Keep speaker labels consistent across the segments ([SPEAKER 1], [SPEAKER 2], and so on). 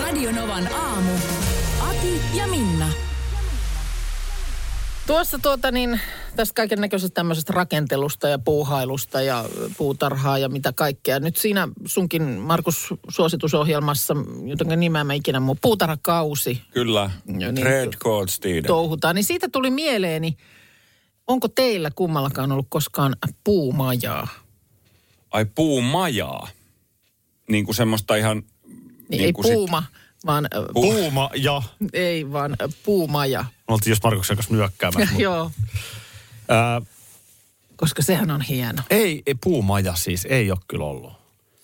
[SPEAKER 1] Radionovan aamu. Ati ja Minna.
[SPEAKER 2] Tuossa tuota niin, tästä kaiken näköisestä tämmöisestä rakentelusta ja puuhailusta ja puutarhaa ja mitä kaikkea. Nyt siinä sunkin, Markus, suositusohjelmassa, jotenka nimeä mä ikinä muu, puutarhakausi
[SPEAKER 3] Kyllä,
[SPEAKER 2] Ja niin-
[SPEAKER 3] Red Coats tiiden.
[SPEAKER 2] touhutaan, niin siitä tuli mieleeni, onko teillä kummallakaan ollut koskaan puumajaa?
[SPEAKER 3] Ai puumajaa. Niin kuin semmoista ihan...
[SPEAKER 2] Niin ei
[SPEAKER 3] kuin
[SPEAKER 2] puuma, vaan, ö,
[SPEAKER 3] Puu-
[SPEAKER 4] Puuma ja...
[SPEAKER 2] ei vaan ö, puumaja.
[SPEAKER 4] Me oltiin just Markuksen kanssa nyökkäämässä. mut-
[SPEAKER 2] Joo,
[SPEAKER 4] Ää,
[SPEAKER 2] koska sehän on hieno.
[SPEAKER 4] ei, ei, puumaja siis ei ole kyllä ollut.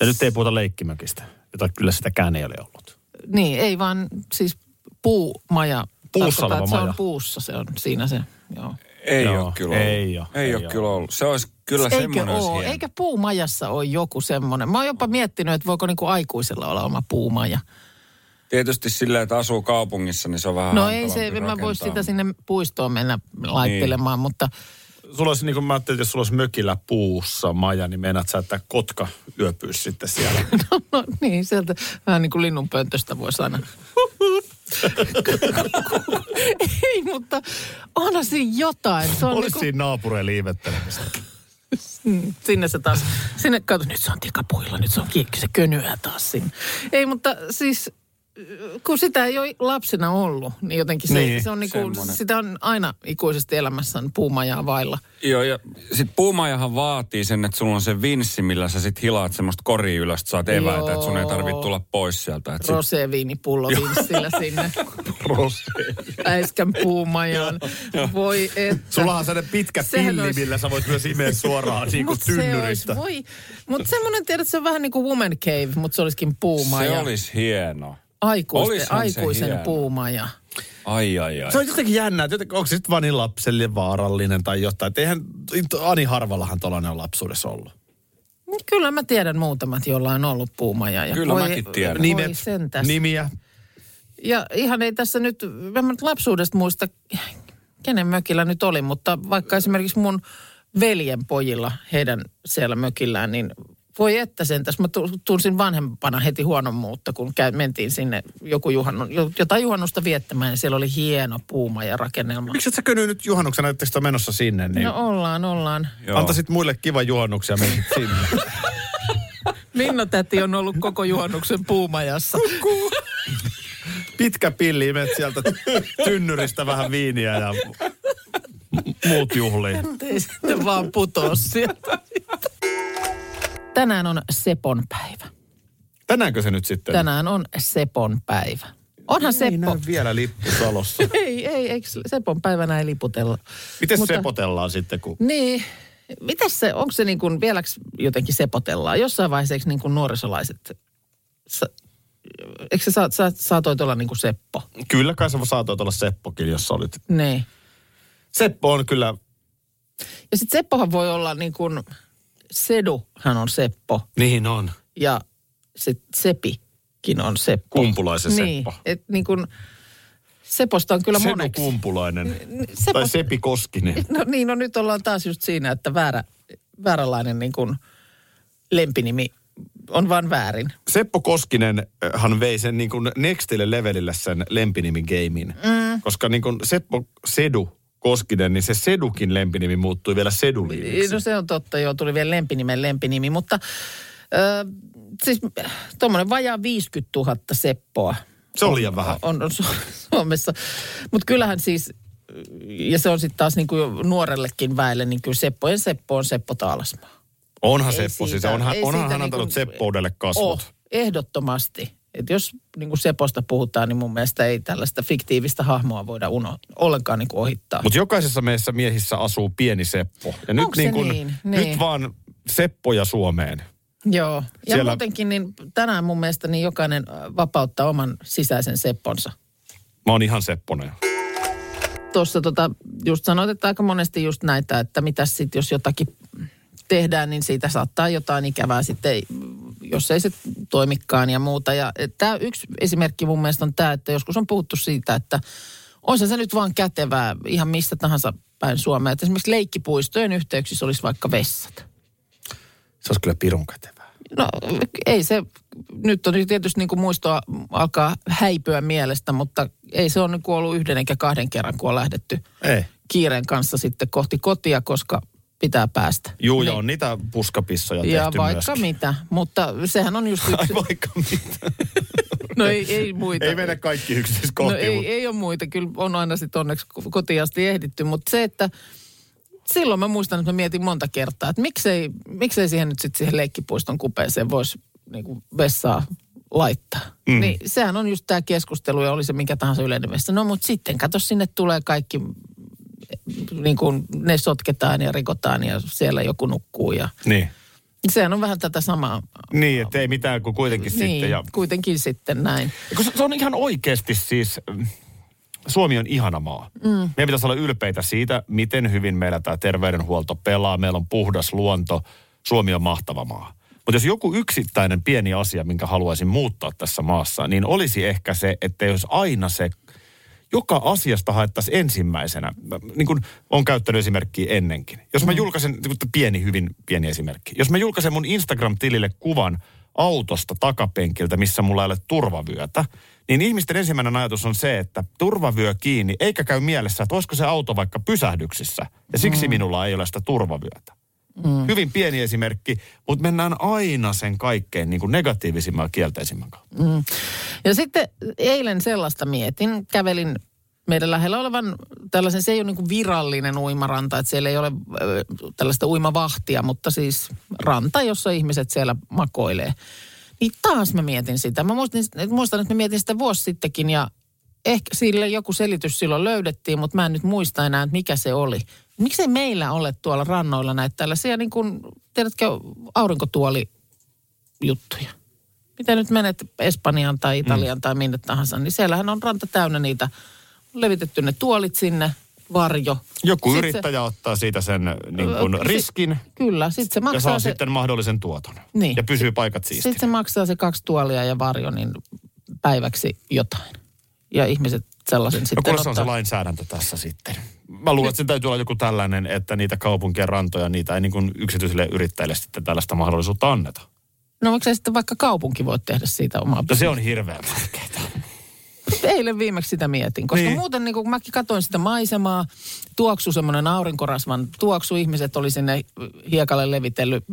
[SPEAKER 4] Ja nyt ei puhuta leikkimökistä, jota kyllä sitäkään ei ole ollut.
[SPEAKER 2] Niin, ei vaan siis puumaja.
[SPEAKER 4] Puussa
[SPEAKER 2] Tarkoittaa,
[SPEAKER 4] oleva
[SPEAKER 2] että Se on
[SPEAKER 4] maja.
[SPEAKER 2] puussa, se on siinä se, joo.
[SPEAKER 3] Ei
[SPEAKER 4] Joo,
[SPEAKER 3] ole kyllä ollut.
[SPEAKER 4] ei oo,
[SPEAKER 3] Ei,
[SPEAKER 4] ei
[SPEAKER 3] ole
[SPEAKER 4] oo.
[SPEAKER 3] kyllä ollut. Se olisi kyllä
[SPEAKER 2] Eikö oo,
[SPEAKER 3] semmoinen olisi hieno.
[SPEAKER 2] eikä puumajassa ole joku semmoinen. Mä oon jopa miettinyt, että voiko niinku aikuisella olla oma puumaja.
[SPEAKER 3] Tietysti sillä, että asuu kaupungissa, niin se on vähän
[SPEAKER 2] no ei se,
[SPEAKER 3] hankalampi
[SPEAKER 2] en mä voi
[SPEAKER 3] rakentaa.
[SPEAKER 2] sitä sinne puistoon mennä laittelemaan, niin. mutta
[SPEAKER 4] Sulla olisi, niin kuin mä ajattelin, että jos sulla olisi mökillä puussa maja, niin meinaat sä, että kotka yöpyisi sitten siellä.
[SPEAKER 2] no, no niin, sieltä vähän niin kuin linnunpöntöstä voisi aina. ei, mutta onhan siinä jotain. Se on
[SPEAKER 4] Olisi
[SPEAKER 2] niinku,
[SPEAKER 4] siinä naapureen liivettelemistä.
[SPEAKER 2] Mm, sinne se taas, sinne kato, nyt se on tikapuilla, nyt se on kiikki, se könyää taas sinne. Ei, mutta siis kun sitä ei ole lapsena ollut, niin jotenkin se, niin,
[SPEAKER 4] Niin,
[SPEAKER 2] se on niinku,
[SPEAKER 3] semmonen.
[SPEAKER 2] sitä on aina ikuisesti elämässään puumajaa vailla.
[SPEAKER 3] Joo, ja sit puumajahan vaatii sen, että sulla on se vinssi, millä sä sit hilaat semmoista koria ylös, että saat eväitä,
[SPEAKER 2] Joo.
[SPEAKER 3] että sun ei tarvitse tulla pois sieltä. Että sit,
[SPEAKER 2] Roseviinipullo vinssillä sinne äiskän puumajaan. Voi että.
[SPEAKER 4] Sullahan sellainen pitkä
[SPEAKER 2] Sehän
[SPEAKER 4] pilli,
[SPEAKER 2] olisi-
[SPEAKER 4] millä sä voit myös imeä suoraan niin
[SPEAKER 3] niinku
[SPEAKER 4] kuin
[SPEAKER 2] Mut se olisi,
[SPEAKER 4] tynnyristä.
[SPEAKER 2] voi, mutta semmoinen tiedät, se on vähän niin kuin woman cave, mutta se olisikin
[SPEAKER 3] se
[SPEAKER 2] puumaja.
[SPEAKER 3] olisi hieno.
[SPEAKER 2] Aikuisten,
[SPEAKER 3] Olisihan se
[SPEAKER 2] aikuisen
[SPEAKER 3] hieno.
[SPEAKER 2] puumaja.
[SPEAKER 3] Ai, ai, ai.
[SPEAKER 4] Se on jotenkin jännää, että jotenkin- onko se sitten vaan niin lapselle vaarallinen tai jotain. Et Eihän, Ani harvallahan tollainen on lapsuudessa ollut.
[SPEAKER 2] No Kyllä mä tiedän muutamat, joilla on ollut puumaja. Ja
[SPEAKER 3] Kyllä mäkin tiedän.
[SPEAKER 2] Voi
[SPEAKER 4] Nimet,
[SPEAKER 2] sentäs.
[SPEAKER 4] nimiä.
[SPEAKER 2] Ja ihan ei tässä nyt, mä nyt lapsuudesta muista, kenen mökillä nyt oli, mutta vaikka esimerkiksi mun veljen pojilla, heidän siellä mökillään, niin voi että sentäs. Mä tu- tunsin vanhempana heti huonon muutta, kun käy, mentiin sinne joku juhannu, jo- jotain juhannusta viettämään ja siellä oli hieno puuma ja rakennelma.
[SPEAKER 4] Miksi et sä köny nyt juhannuksena, että sitä menossa sinne? Niin
[SPEAKER 2] No ollaan, ollaan.
[SPEAKER 3] Joo.
[SPEAKER 4] antaisit muille kiva juhannuksia mennä sinne.
[SPEAKER 2] Minna täti on ollut koko juhannuksen puumajassa.
[SPEAKER 4] Pitkä pilli, imet sieltä tynnyristä vähän viiniä ja muut juhliin.
[SPEAKER 2] Ei sitten vaan putoa sieltä. Tänään on Sepon päivä.
[SPEAKER 4] Tänäänkö se nyt sitten?
[SPEAKER 2] Tänään on Sepon päivä. Onhan
[SPEAKER 4] Ei
[SPEAKER 2] Seppo.
[SPEAKER 4] näy vielä lippusalossa.
[SPEAKER 2] Ei, ei, eikö Sepon päivänä ei liputella. Mutta-
[SPEAKER 4] Miten Mutta... sepotellaan sitten, kun...
[SPEAKER 2] Niin. Mitäs se, onko se niin kuin, vieläks jotenkin sepotellaan? Jossain vaiheessa eikö niin kuin nuorisolaiset, sa, eikö sä, sä, sä saatoit olla niin kuin Seppo?
[SPEAKER 4] Kyllä kai sä saatoit olla Seppokin, jos sä olit.
[SPEAKER 2] Niin.
[SPEAKER 4] Seppo on kyllä...
[SPEAKER 2] Ja sitten Seppohan voi olla niin kuin, Sedu, hän on Seppo.
[SPEAKER 4] Niin on.
[SPEAKER 2] Ja sitten Sepikin on Seppo.
[SPEAKER 4] Kumpulaisen
[SPEAKER 2] niin,
[SPEAKER 4] Seppo.
[SPEAKER 2] Et niin kun, Seposta on kyllä
[SPEAKER 4] Seppo
[SPEAKER 2] moneksi.
[SPEAKER 4] Kumpulainen.
[SPEAKER 2] Seppo-
[SPEAKER 4] Tai Sepi Koskinen.
[SPEAKER 2] No niin, no nyt ollaan taas just siinä, että väärä, vääränlainen niin kun lempinimi on vaan väärin.
[SPEAKER 4] Seppo Koskinen äh, hän vei sen niin kuin nextille levelille sen lempinimigeimin. Mm. Koska niin kuin Seppo Sedu Koskinen, niin se Sedukin lempinimi muuttui vielä Seduliiniksi.
[SPEAKER 2] No se on totta, joo, tuli vielä lempinimen lempinimi, mutta ö, siis tuommoinen vajaa 50 000 Seppoa
[SPEAKER 4] Se on liian vähän.
[SPEAKER 2] on, on Su- Suomessa. Mutta kyllähän siis, ja se on sitten taas niin kuin nuorellekin väelle, niin kyllä Seppojen Seppo on Seppo Taalasmaa.
[SPEAKER 4] Onhan
[SPEAKER 2] Ei
[SPEAKER 4] Seppo siis,
[SPEAKER 2] siitä-
[SPEAKER 4] onhan,
[SPEAKER 2] ei
[SPEAKER 4] onhan
[SPEAKER 2] siitä
[SPEAKER 4] hän
[SPEAKER 2] niinku-
[SPEAKER 4] antanut Seppoudelle kasvot.
[SPEAKER 2] Oh, ehdottomasti. Et jos niin kuin Seposta puhutaan, niin mun mielestä ei tällaista fiktiivistä hahmoa voida uno, ollenkaan niin kuin ohittaa.
[SPEAKER 4] Mutta jokaisessa meissä miehissä asuu pieni Seppo. Ja nyt,
[SPEAKER 2] Onks se
[SPEAKER 4] kun,
[SPEAKER 2] niin? Niin.
[SPEAKER 4] nyt vaan Seppoja Suomeen.
[SPEAKER 2] Joo. Ja
[SPEAKER 4] Siellä-
[SPEAKER 2] Siellä... muutenkin niin tänään mun mielestä niin jokainen äh, vapauttaa oman sisäisen sepponsa.
[SPEAKER 4] Mä oon ihan seppona jo.
[SPEAKER 2] Tuossa tota, just sanoit, että aika monesti just näitä, että mitä sitten jos jotakin tehdään, niin siitä saattaa jotain ikävää sitten, ei- jos ei se toimikaan ja muuta. Ja tämä yksi esimerkki mun mielestä on tämä, että joskus on puhuttu siitä, että on se nyt vaan kätevää ihan mistä tahansa päin Suomea. Että esimerkiksi leikkipuistojen yhteyksissä olisi vaikka vessat.
[SPEAKER 4] Se olisi kyllä pirun kätevää.
[SPEAKER 2] No ei se, nyt on tietysti niin kuin muistoa alkaa häipyä mielestä, mutta ei se ole niin kuin ollut yhden eikä kahden kerran, kun on lähdetty
[SPEAKER 4] Ei.
[SPEAKER 2] kiireen kanssa sitten kohti kotia, koska pitää päästä.
[SPEAKER 4] Juu, ja on niitä puskapissoja
[SPEAKER 2] Ja
[SPEAKER 4] tehty
[SPEAKER 2] vaikka
[SPEAKER 4] myöskin.
[SPEAKER 2] mitä, mutta sehän on just
[SPEAKER 4] Ai
[SPEAKER 2] yksi,
[SPEAKER 4] vaikka mitä.
[SPEAKER 2] no ei, ei muita.
[SPEAKER 4] Ei mennä kaikki
[SPEAKER 2] no
[SPEAKER 4] yksityiskohtiin,
[SPEAKER 2] ei,
[SPEAKER 4] mutta
[SPEAKER 2] ei ole muita, kyllä on aina sitten onneksi ko- kotiin asti ehditty, mutta se, että silloin mä muistan, että mä mietin monta kertaa, että miksei, miksei siihen nyt sitten siihen leikkipuiston kupeeseen voisi niinku vessaa laittaa. Mm. Niin sehän on just tämä keskustelu ja oli se mikä tahansa yleinen vessa. No mutta sitten kato sinne tulee kaikki, niin kuin ne sotketaan ja rikotaan ja siellä joku nukkuu ja
[SPEAKER 4] Niin.
[SPEAKER 2] sehän on vähän tätä samaa.
[SPEAKER 4] Niin, että ei mitään kuin kuitenkin
[SPEAKER 2] niin,
[SPEAKER 4] sitten. Ja...
[SPEAKER 2] kuitenkin sitten näin.
[SPEAKER 4] Kun se, se on ihan oikeasti siis, mm, Suomi on ihana maa. Mm. Meidän pitäisi olla ylpeitä siitä, miten hyvin meillä tämä terveydenhuolto pelaa. Meillä on puhdas luonto. Suomi on mahtava maa. Mutta jos joku yksittäinen pieni asia, minkä haluaisin muuttaa tässä maassa, niin olisi ehkä se, että jos aina se, joka asiasta haettaisiin ensimmäisenä. Mä, Niin kuin on käyttänyt esimerkkiä ennenkin. Jos
[SPEAKER 2] Mm.
[SPEAKER 4] mä julkaisen, niin kuin pieni, hyvin pieni esimerkki. Jos mä julkaisen mun Instagram-tilille kuvan autosta takapenkiltä, missä mulla ei ole turvavyötä, niin ihmisten ensimmäinen ajatus on se, että turvavyö kiinni, eikä käy mielessä, että olisiko se auto vaikka pysähdyksissä. Ja
[SPEAKER 2] Mm.
[SPEAKER 4] siksi minulla ei ole sitä turvavyötä. Mm. Hyvin pieni esimerkki, mutta mennään aina sen kaikkein niin kuin negatiivisimman ja kielteisimmän kautta.
[SPEAKER 2] Ja sitten eilen sellaista mietin. Kävelin meidän lähellä olevan tällaisen, se ei ole niin kuin virallinen uimaranta, että siellä ei ole ö, tällaista uimavahtia, mutta siis ranta, jossa ihmiset siellä makoilee. Niin taas mä mietin sitä. Mä muistin, muistan, että mä mietin sitä vuosi sittenkin ja ehkä sille joku selitys silloin löydettiin, mutta mä en nyt muista enää, että mikä se oli. Miksei meillä ole tuolla rannoilla näitä tällaisia, niin kuin, tiedätkö, aurinkotuoli juttuja. Mitä nyt menet Espanjaan tai Italiaan mm. tai minne tahansa, niin siellähän on ranta täynnä niitä. On levitetty ne tuolit sinne, varjo.
[SPEAKER 4] Joku
[SPEAKER 2] Sit se-
[SPEAKER 4] yrittäjä ottaa siitä sen niin
[SPEAKER 2] Ö,
[SPEAKER 4] kuin
[SPEAKER 2] si-
[SPEAKER 4] riskin.
[SPEAKER 2] Kyllä, sitten se
[SPEAKER 4] ja
[SPEAKER 2] maksaa
[SPEAKER 4] saa
[SPEAKER 2] se,
[SPEAKER 4] sitten mahdollisen tuoton.
[SPEAKER 2] Niin.
[SPEAKER 4] Ja pysyy paikat siistinä.
[SPEAKER 2] sit se maksaa se kaksi tuolia ja varjo, niin päiväksi jotain. Ja ihmiset sellaisen
[SPEAKER 4] No
[SPEAKER 2] sitten
[SPEAKER 4] kuule, se on se lainsäädäntö tässä sitten. Mä luulen, että sen täytyy olla joku tällainen, että niitä kaupunkien rantoja, niitä ei niin kuin yksityisille yrittäjille sitten tällaista mahdollisuutta anneta.
[SPEAKER 2] No miksei sitten vaikka kaupunki voi tehdä siitä omaa
[SPEAKER 4] No se on hirveän tärkeää.
[SPEAKER 2] eilen viimeksi sitä mietin, koska
[SPEAKER 4] Niin.
[SPEAKER 2] niin. muuten niin kun mäkin katsoin sitä maisemaa, tuoksu semmoinen aurinkorasvan tuoksu, ihmiset oli sinne hiekalle levitellyt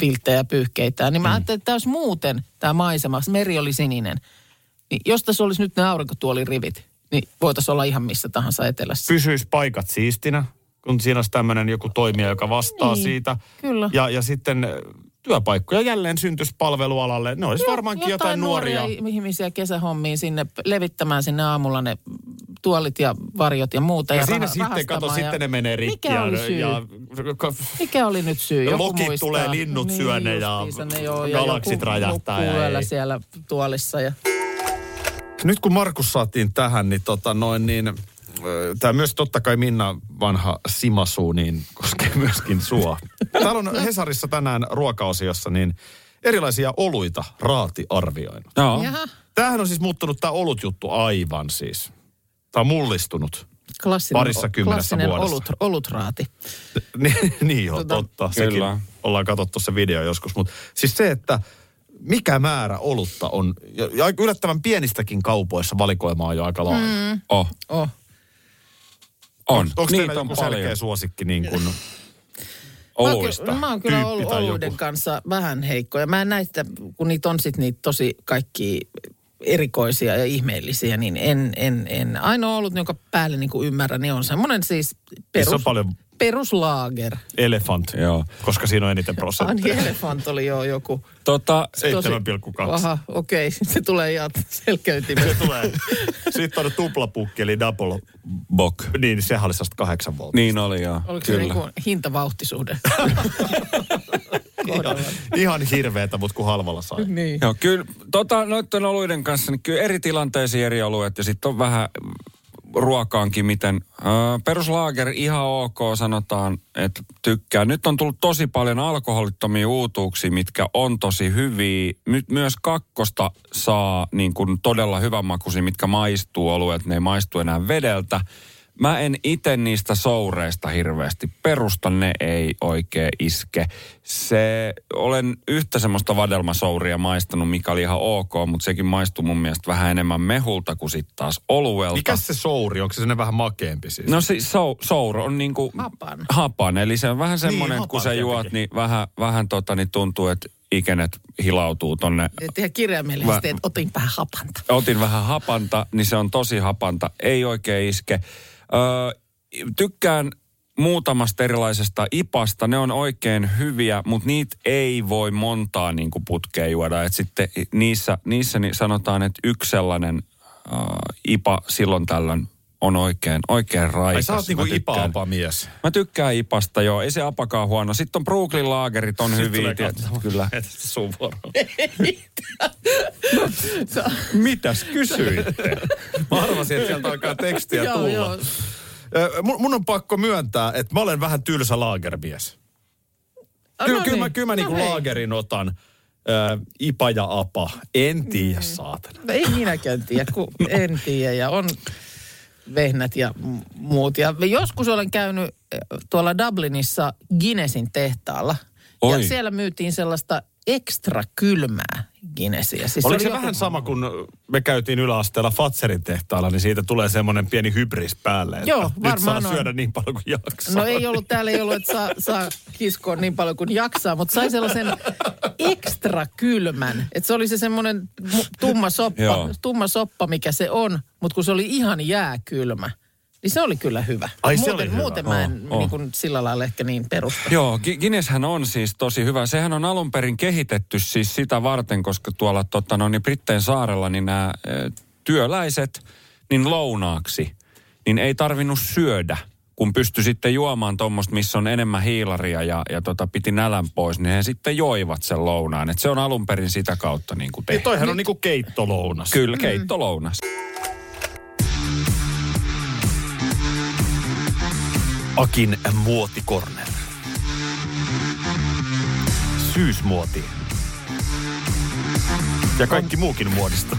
[SPEAKER 2] vilttejä pyyhkeitä,
[SPEAKER 4] Mm.
[SPEAKER 2] niin mä ajattelin, että jos muuten tämä maisema, meri oli sininen, niin jos tässä olisi nyt ne aurinkotuolirivit, niin voitaisiin olla ihan missä tahansa etelässä.
[SPEAKER 4] Pysyisi paikat siistinä, kun siinä olisi tämmöinen joku toimija, joka vastaa
[SPEAKER 2] Niin,
[SPEAKER 4] siitä.
[SPEAKER 2] kyllä.
[SPEAKER 4] Ja, ja sitten eh, työpaikkoja jälleen syntyisi palvelualalle. Ne olisi
[SPEAKER 2] Jo-
[SPEAKER 4] varmaankin jotain, nuoria.
[SPEAKER 2] ihmisiä kesähommiin sinne levittämään sinne aamulla ne tuolit ja varjot ja muuta.
[SPEAKER 4] Ja,
[SPEAKER 2] Ja,
[SPEAKER 4] siinä
[SPEAKER 2] raha-
[SPEAKER 4] sitten, kato,
[SPEAKER 2] rahastamaan
[SPEAKER 4] sitten
[SPEAKER 2] ja...
[SPEAKER 4] ne menee rikki.
[SPEAKER 2] Mikä
[SPEAKER 4] ja,
[SPEAKER 2] oli syy?
[SPEAKER 4] ja,
[SPEAKER 2] Mikä oli nyt syy? Joku
[SPEAKER 4] Lokit
[SPEAKER 2] muistaa. Niin,
[SPEAKER 4] tulee, linnut syö ne ja
[SPEAKER 2] justiinsa ne joo,
[SPEAKER 4] galaksit
[SPEAKER 2] joku
[SPEAKER 4] räjähtää
[SPEAKER 2] nukkuu
[SPEAKER 4] ja
[SPEAKER 2] yöllä
[SPEAKER 4] ei.
[SPEAKER 2] siellä tuolissa. Ja...
[SPEAKER 4] Nyt kun Markus saatiin tähän, niin tota noin niin... Tämä myös totta kai Minna vanha simasuu, niin koskee myöskin sua. Täällä on Hesarissa tänään ruokaosiossa niin erilaisia oluita raatiarvioina.
[SPEAKER 3] Joo.
[SPEAKER 2] Jaha,
[SPEAKER 4] Tämähän on siis muuttunut tämä olutjuttu aivan siis. Tämä on mullistunut.
[SPEAKER 2] klassinen,
[SPEAKER 4] Parissa kymmenessä
[SPEAKER 2] klassinen
[SPEAKER 4] vuodessa.
[SPEAKER 2] olut, olutraati.
[SPEAKER 4] Ni- niin joo,
[SPEAKER 2] Tota,
[SPEAKER 4] totta.
[SPEAKER 3] Kyllä.
[SPEAKER 4] Sekin ollaan katsottu se video joskus. Mutta siis se, että mikä määrä olutta on, ja ja aika yllättävän pienistäkin kaupoissa valikoimaa on jo aika laaja. Mm.
[SPEAKER 3] Oh,
[SPEAKER 2] Oh.
[SPEAKER 3] on.
[SPEAKER 4] Onko teillä
[SPEAKER 3] Niitä on
[SPEAKER 4] joku
[SPEAKER 3] paljon.
[SPEAKER 4] selkeä suosikki niin kuin
[SPEAKER 3] Ouluista.
[SPEAKER 2] Mä oon, ky- no mä oon kyllä
[SPEAKER 4] Tyyppi
[SPEAKER 2] ollut
[SPEAKER 4] tai joku.
[SPEAKER 2] oluiden kanssa vähän heikko. Ja mä en näistä, kun niitä on sit niitä tosi kaikki erikoisia ja ihmeellisiä, niin en, en, en. Ainoa ollut, jonka päälle niinku ymmärrän, niin on semmoinen siis perus,
[SPEAKER 4] Missä on paljon-
[SPEAKER 2] peruslaager.
[SPEAKER 4] elefant?
[SPEAKER 3] Joo.
[SPEAKER 4] Koska siinä on eniten
[SPEAKER 2] Ani
[SPEAKER 4] prosentteja.
[SPEAKER 2] Elefant oli joo joku.
[SPEAKER 3] Tota,
[SPEAKER 2] Tosi-
[SPEAKER 4] 7,2.
[SPEAKER 2] Aha, okei. Se tulee ihan
[SPEAKER 4] Se
[SPEAKER 2] selkeytimeen.
[SPEAKER 4] tulee. Sitten on tuplapukki, eli double.
[SPEAKER 3] Bok.
[SPEAKER 4] Niin, sehän oli 108 volttia.
[SPEAKER 3] Niin oli joo.
[SPEAKER 2] Oliko se niinku
[SPEAKER 3] Kyllä.
[SPEAKER 2] niin kuin hintavauhtisuhde?
[SPEAKER 4] ihan, ihan hirveetä, mutta kun halvalla sai.
[SPEAKER 2] Niin.
[SPEAKER 3] Joo, kyllä tota, noiden oluiden kanssa, niin kyllä eri tilanteisiin eri alueet ja sitten on vähän mm, ruokaankin, miten ö, peruslaager ihan ok sanotaan, että tykkää. Nyt on tullut tosi paljon alkoholittomia uutuuksia, mitkä on tosi hyviä. Nyt myös kakkosta saa niin kuin todella hyvänmakuisia, mitkä maistuu olueet, ne ei maistu enää vedeltä. Mä en itse niistä soureista hirveästi perusta, ne ei oikein iske. Se, olen yhtä semmoista vadelmasouria maistanut, mikä oli ihan ok, mutta sekin maistuu mun mielestä vähän enemmän mehulta kuin sitten taas oluelta.
[SPEAKER 4] Mikä se souri? Onko se sinne vähän makeempi siis?
[SPEAKER 3] No siis sou, souro on niinku
[SPEAKER 2] Hapan.
[SPEAKER 3] hapan, eli se on vähän semmoinen,
[SPEAKER 4] hapan
[SPEAKER 3] niin, kun sä
[SPEAKER 4] tietenkin.
[SPEAKER 3] juot, niin vähän, vähän tota, niin tuntuu, että ikenet hilautuu tonne
[SPEAKER 2] Et ihan kirjaimellisesti,
[SPEAKER 3] Mä-
[SPEAKER 2] että otin vähän hapanta.
[SPEAKER 3] otin vähän hapanta, niin se on tosi hapanta. Ei oikein iske. Öö, tykkään muutamasta erilaisesta ipasta. Ne on oikein hyviä, mutta niitä ei voi montaa niin kuin putkeen juoda. Et sitten niissä, niissä niin sanotaan, että yksi sellainen öö, ipa silloin tällöin on oikein, oikein raikas.
[SPEAKER 4] Ai sä oot niinku
[SPEAKER 3] Mä tykkään.
[SPEAKER 4] ipa mies.
[SPEAKER 3] Mä tykkään ipasta, joo. Ei se apakaan huono. Sitten on Brooklyn laagerit on hyviä.
[SPEAKER 4] tulee
[SPEAKER 3] tietysti,
[SPEAKER 4] katsomaan.
[SPEAKER 3] Kyllä.
[SPEAKER 4] Sun vuoro.
[SPEAKER 2] Sä-
[SPEAKER 4] Mitäs kysyitte? Mä arvasin, että sieltä alkaa tekstiä
[SPEAKER 2] Joo,
[SPEAKER 4] tulla.
[SPEAKER 2] joo.
[SPEAKER 4] Ö, Mun, mun on pakko myöntää, että mä olen vähän tylsä laagermies.
[SPEAKER 2] Ah,
[SPEAKER 4] Kyllä,
[SPEAKER 2] no
[SPEAKER 4] kyllä, mä,
[SPEAKER 2] niin.
[SPEAKER 4] kyllä mä
[SPEAKER 2] No
[SPEAKER 4] niinku
[SPEAKER 2] hei.
[SPEAKER 4] laagerin otan. Ö, ipa ja apa. En tiedä, saatana.
[SPEAKER 2] No ei minäkään tiedä, kun
[SPEAKER 4] No.
[SPEAKER 2] en tiedä. Ja on vehnät ja m- muut. Ja joskus olen käynyt eh, tuolla Dublinissa Guinnessin tehtaalla.
[SPEAKER 3] Oi.
[SPEAKER 2] Ja siellä myytiin sellaista ekstra kylmää Guinnessia. Siis
[SPEAKER 4] Oliko se
[SPEAKER 2] oli
[SPEAKER 4] vähän
[SPEAKER 2] joku-
[SPEAKER 4] sama, kun me käytiin yläasteella Fatserin tehtaalla, niin siitä tulee semmoinen pieni hybris päälle, että
[SPEAKER 2] Joo,
[SPEAKER 4] nyt
[SPEAKER 2] varmaan
[SPEAKER 4] saa
[SPEAKER 2] on.
[SPEAKER 4] syödä niin paljon kuin jaksaa.
[SPEAKER 2] No ei ollut, täällä ei ollut, että saa, saa kiskoa niin paljon kuin jaksaa, mutta sai sellaisen ekstra kylmän. Että se oli se semmoinen mu- tumma soppa,
[SPEAKER 3] Joo.
[SPEAKER 2] tumma soppa, mikä se on, mutta kun se oli ihan jääkylmä, niin se oli kyllä hyvä.
[SPEAKER 4] Ai, se
[SPEAKER 2] muuten,
[SPEAKER 4] oli hyvä.
[SPEAKER 2] muuten mä en
[SPEAKER 3] Oh, oh.
[SPEAKER 2] Niin kuin sillä lailla ehkä niin perusta.
[SPEAKER 3] Joo, Gi- Guinnesshän on siis tosi hyvä. Sehän on alun perin kehitetty siis sitä varten, koska tuolla tota, no, niin Brittein saarella niin nämä ö, työläiset niin lounaaksi, niin ei tarvinnut syödä. Kun pysty sitten juomaan tuommoista, missä on enemmän hiilaria ja, ja tota, piti nälän pois, niin he sitten joivat sen lounaan. Et se on alun perin sitä kautta niin kuin
[SPEAKER 4] Niin Mm.
[SPEAKER 3] tehty.
[SPEAKER 4] toihan on niinku keittolounas.
[SPEAKER 3] Kyllä,
[SPEAKER 2] Mm.
[SPEAKER 3] keittolounas.
[SPEAKER 4] Akin muotikorner. Syysmuoti. Ja kaikki muukin muodista.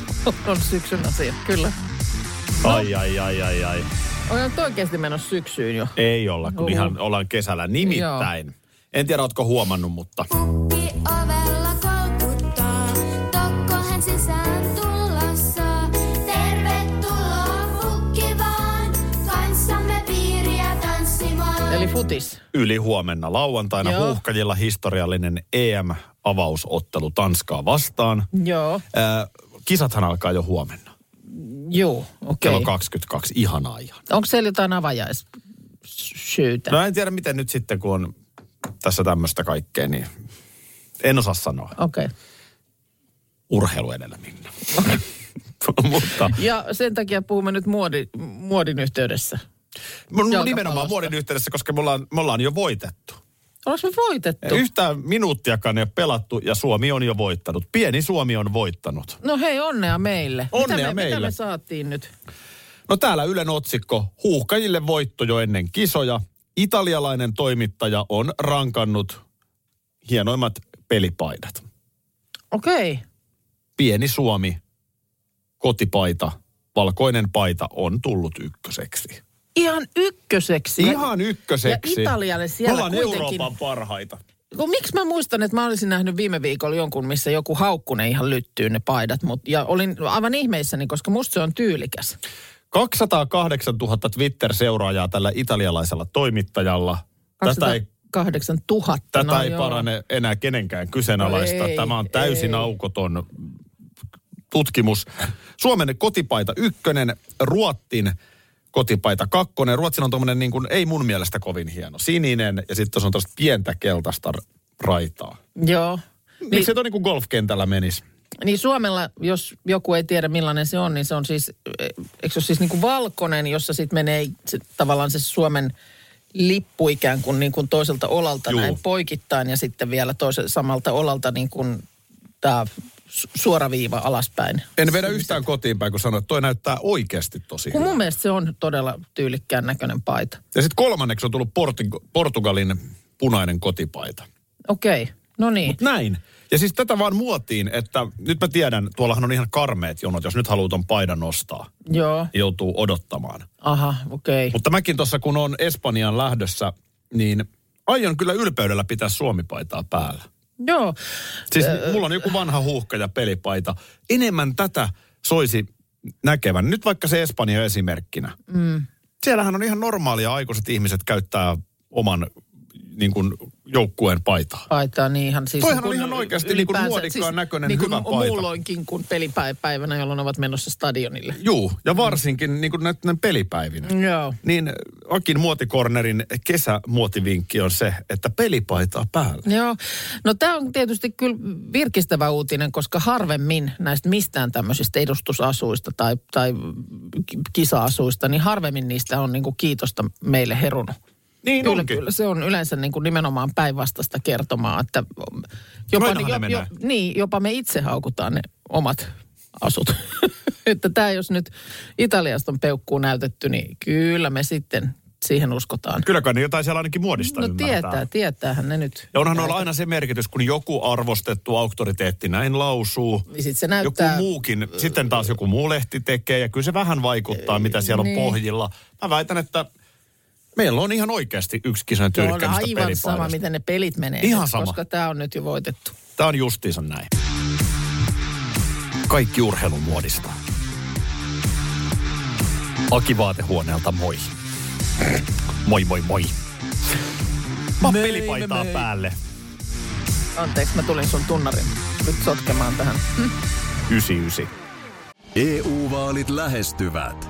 [SPEAKER 2] On syksyn asia, kyllä. No.
[SPEAKER 4] Ai, ai, ai, ai, ai.
[SPEAKER 2] On nyt oikeasti menossa syksyyn jo.
[SPEAKER 4] Ei olla, kun
[SPEAKER 2] Uhu.
[SPEAKER 4] ihan ollaan kesällä. Nimittäin. En tiedä, ootko huomannut, mutta
[SPEAKER 5] Kuppi ovella kolkuttaa, tokkohan sisään tulla saa. Tervetuloa pukki vaan, kanssamme piiriä tanssimaan.
[SPEAKER 2] Eli futis.
[SPEAKER 4] yli huomenna lauantaina
[SPEAKER 2] Joo.
[SPEAKER 4] huuhkajilla historiallinen EM-avausottelu Tanskaa vastaan.
[SPEAKER 2] Joo.
[SPEAKER 4] Äh, kisathan alkaa jo huomenna.
[SPEAKER 2] Joo, okei.
[SPEAKER 4] Kello
[SPEAKER 2] Okay.
[SPEAKER 4] 22. Ihanaa ihan.
[SPEAKER 2] Onko siellä jotain avajaissyytä?
[SPEAKER 4] No en tiedä, miten nyt sitten, kun on tässä tämmöistä kaikkea, niin en osaa sanoa.
[SPEAKER 2] Okei. Okay.
[SPEAKER 4] urheilu edellä mennä. Mutta
[SPEAKER 2] Ja sen takia puhumme nyt muodi, muodin yhteydessä.
[SPEAKER 4] mun, mun
[SPEAKER 2] Jalkapallosta.
[SPEAKER 4] nimenomaan vuoden yhteydessä, koska me ollaan, me ollaan jo voitettu.
[SPEAKER 2] Ollaanko me voitettu?
[SPEAKER 4] Yhtään minuuttiakaan ei ole pelattu ja Suomi on jo voittanut. Pieni Suomi on voittanut.
[SPEAKER 2] No hei, onnea meille. mitä me,
[SPEAKER 4] Onnea
[SPEAKER 2] Mitä
[SPEAKER 4] meille.
[SPEAKER 2] me saatiin nyt?
[SPEAKER 4] No täällä Ylen otsikko, huuhkajille voitto jo ennen kisoja. Italialainen toimittaja on rankannut hienoimmat pelipaidat.
[SPEAKER 2] Okei. Okay.
[SPEAKER 4] Pieni Suomi, kotipaita, valkoinen paita on tullut ykköseksi.
[SPEAKER 2] Ihan ykköseksi.
[SPEAKER 4] Ihan ykköseksi.
[SPEAKER 2] Ja Italialle
[SPEAKER 4] Me
[SPEAKER 2] siellä
[SPEAKER 4] ollaan
[SPEAKER 2] kuitenkin.
[SPEAKER 4] Euroopan parhaita.
[SPEAKER 2] Kun miksi mä muistan, että mä olisin nähnyt viime viikolla jonkun, missä joku haukkunen ihan lyttyy ne paidat. Mut, ja olin aivan ihmeissäni, koska musta se on tyylikäs.
[SPEAKER 4] 208 000 Twitter-seuraajaa tällä italialaisella toimittajalla. Tätä ei,
[SPEAKER 2] 28 000.
[SPEAKER 4] tätä
[SPEAKER 2] no
[SPEAKER 4] ei
[SPEAKER 2] joo.
[SPEAKER 4] parane enää kenenkään kyseenalaista.
[SPEAKER 2] No ei,
[SPEAKER 4] Tämä on täysin
[SPEAKER 2] ei.
[SPEAKER 4] aukoton tutkimus. Suomen kotipaita ykkönen, Ruottin kotipaita kakkonen. Ruotsin on tuommoinen niin kuin, ei mun mielestä kovin hieno, sininen ja sitten tuossa on tällaista pientä keltaista r- raitaa.
[SPEAKER 2] Joo.
[SPEAKER 4] Miksi se on niin kuin golfkentällä menisi?
[SPEAKER 2] Niin Suomella, jos joku ei tiedä millainen se on, niin niinku se on siis, eh, eikö se ole siis niin kuin valkoinen, jossa sitten menee se, tavallaan se Suomen lippu ikään kuin, niin kuin toiselta olalta
[SPEAKER 6] Juu.
[SPEAKER 2] Juu. näin poikittain ja sitten vielä toisen samalta olalta niin kuin tämä suora viiva alaspäin.
[SPEAKER 4] En vedä yhtään kotiin päin, kun sanoit, että toi näyttää oikeasti tosi
[SPEAKER 2] Kun mun
[SPEAKER 4] hyvältä.
[SPEAKER 2] mielestä se on todella tyylikkään näköinen paita.
[SPEAKER 4] Ja sitten kolmanneksi on tullut Porti- Portugalin punainen kotipaita.
[SPEAKER 2] Okei, no niin.
[SPEAKER 4] Mut näin. Ja siis tätä vaan muotiin, että nyt mä tiedän, tuollahan on ihan karmeet jonot, jos nyt haluaa ton paidan nostaa,
[SPEAKER 2] Joo,
[SPEAKER 4] niin joutuu odottamaan.
[SPEAKER 2] aha, okei.
[SPEAKER 4] Mutta mäkin tuossa kun on Espanjaan lähdössä, niin aion kyllä ylpeydellä pitää suomipaitaa päällä.
[SPEAKER 2] Joo,
[SPEAKER 4] Siis mulla on joku vanha huuhka ja pelipaita. Enemmän tätä soisi näkevän. Nyt vaikka se Espanja esimerkkinä. Mm. Siellähän on ihan normaalia aikuiset ihmiset käyttää oman niin kuin, joukkueen paitaa.
[SPEAKER 2] paitaa niin ihan siis...
[SPEAKER 4] Toihan
[SPEAKER 2] kun
[SPEAKER 4] oli ihan oikeasti niinku
[SPEAKER 2] ylipäänsä-
[SPEAKER 4] muodikkaan näköinen
[SPEAKER 2] niin kuin
[SPEAKER 4] hyvä
[SPEAKER 2] mu-
[SPEAKER 4] paita.
[SPEAKER 2] muulloinkin kuin pelipäivänä, jolloin ovat menossa stadionille.
[SPEAKER 4] Juu, ja varsinkin niin kuin näiden pelipäivinä.
[SPEAKER 2] Joo.
[SPEAKER 4] Niin Akin muotikornerin kesämuotivinkki on se, että pelipaitaa päällä.
[SPEAKER 2] Joo. No tämä on tietysti kyllä virkistävä uutinen, koska harvemmin näistä mistään tämmöisistä edustusasuista tai, tai ki- kisa-asuista, niin harvemmin niistä on niinku kiitosta meille herunut.
[SPEAKER 4] Niin
[SPEAKER 2] Kyllä,
[SPEAKER 4] onkin.
[SPEAKER 2] kyllä. Se on yleensä niin kuin nimenomaan päinvastaista kertomaa, että jopa,
[SPEAKER 4] Noinhan ne menee.
[SPEAKER 2] niin, jopa me itse haukutaan ne omat asut. että tämä jos nyt Italiasta on peukkuun näytetty, niin kyllä me sitten siihen uskotaan.
[SPEAKER 6] Kyllä kai ne jotain siellä ainakin muodista
[SPEAKER 2] No
[SPEAKER 6] ymmärtää.
[SPEAKER 2] tietää, tietäähän ne nyt.
[SPEAKER 6] Ja onhan olla aina se merkitys, kun joku arvostettu auktoriteetti näin lausuu.
[SPEAKER 2] Niin sit se
[SPEAKER 6] Joku
[SPEAKER 2] näyttää-
[SPEAKER 6] muukin, sitten taas joku muu lehti tekee ja kyllä se vähän vaikuttaa, mitä siellä on
[SPEAKER 2] niin.
[SPEAKER 6] pohjilla. Mä väitän, että meillä on ihan oikeasti yksi kisan
[SPEAKER 2] Se No on
[SPEAKER 6] tyrkkäystä
[SPEAKER 2] aivan sama, miten ne pelit menee.
[SPEAKER 6] Ihan
[SPEAKER 2] nyt,
[SPEAKER 6] sama.
[SPEAKER 2] Koska tämä on nyt jo voitettu.
[SPEAKER 6] Tämä on justiinsa näin. Kaikki urheilun muodista. Aki Vaatehuoneelta moi. Moi moi moi. Mä
[SPEAKER 4] Mei,
[SPEAKER 6] pelipaitaa
[SPEAKER 4] mei, mei.
[SPEAKER 6] päälle.
[SPEAKER 2] Anteeksi, mä tulin sun tunnarin nyt sotkemaan tähän.
[SPEAKER 6] 99.
[SPEAKER 7] EU-vaalit E lähestyvät.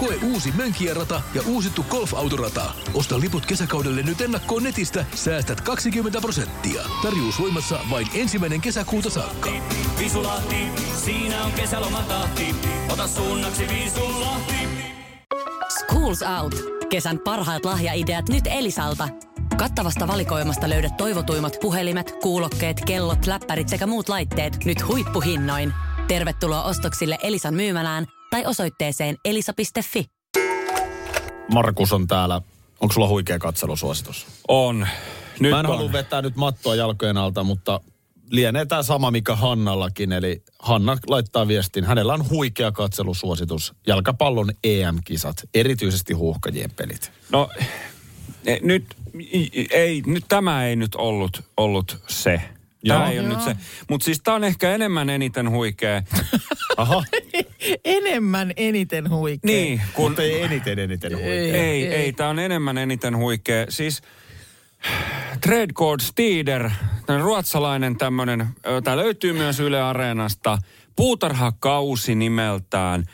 [SPEAKER 8] Koe uusi Mönkijärata ja uusittu golfautorata. Osta liput kesäkaudelle nyt ennakkoon netistä, säästät 20 prosenttia. Tarjous voimassa vain ensimmäinen kesäkuuta saakka.
[SPEAKER 9] Schools Out. Kesän parhaat lahjaideat nyt Elisalta. Kattavasta valikoimasta löydät toivotuimmat puhelimet, kuulokkeet, kellot, läppärit sekä muut laitteet nyt huippuhinnoin. Tervetuloa ostoksille Elisan myymälään tai osoitteeseen elisa.fi.
[SPEAKER 4] Markus on täällä. Onko sulla huikea katselusuositus?
[SPEAKER 3] On. Nyt
[SPEAKER 4] Mä en
[SPEAKER 3] on.
[SPEAKER 4] halua vetää nyt mattoa jalkojen alta, mutta lienee tämä sama, mikä Hannallakin. Eli Hanna laittaa viestin. Hänellä on huikea katselusuositus. Jalkapallon EM-kisat, erityisesti huuhkajien pelit.
[SPEAKER 3] No e, nyt, i- ei, nyt tämä ei nyt ollut, ollut se. Tämä
[SPEAKER 4] Joo.
[SPEAKER 3] ei ole nyt se. Mutta siis tämä on ehkä enemmän eniten huikea.
[SPEAKER 4] Aha,
[SPEAKER 2] Enemmän eniten huikea.
[SPEAKER 3] niin, kun...
[SPEAKER 4] mutta ei eniten eniten huikea.
[SPEAKER 3] Ei, ei, ei. tämä on enemmän eniten huikea. Siis Trade Code Steeder, tämmönen ruotsalainen tämmöinen, tämä löytyy myös Yle Areenasta, puutarhakausi nimeltään.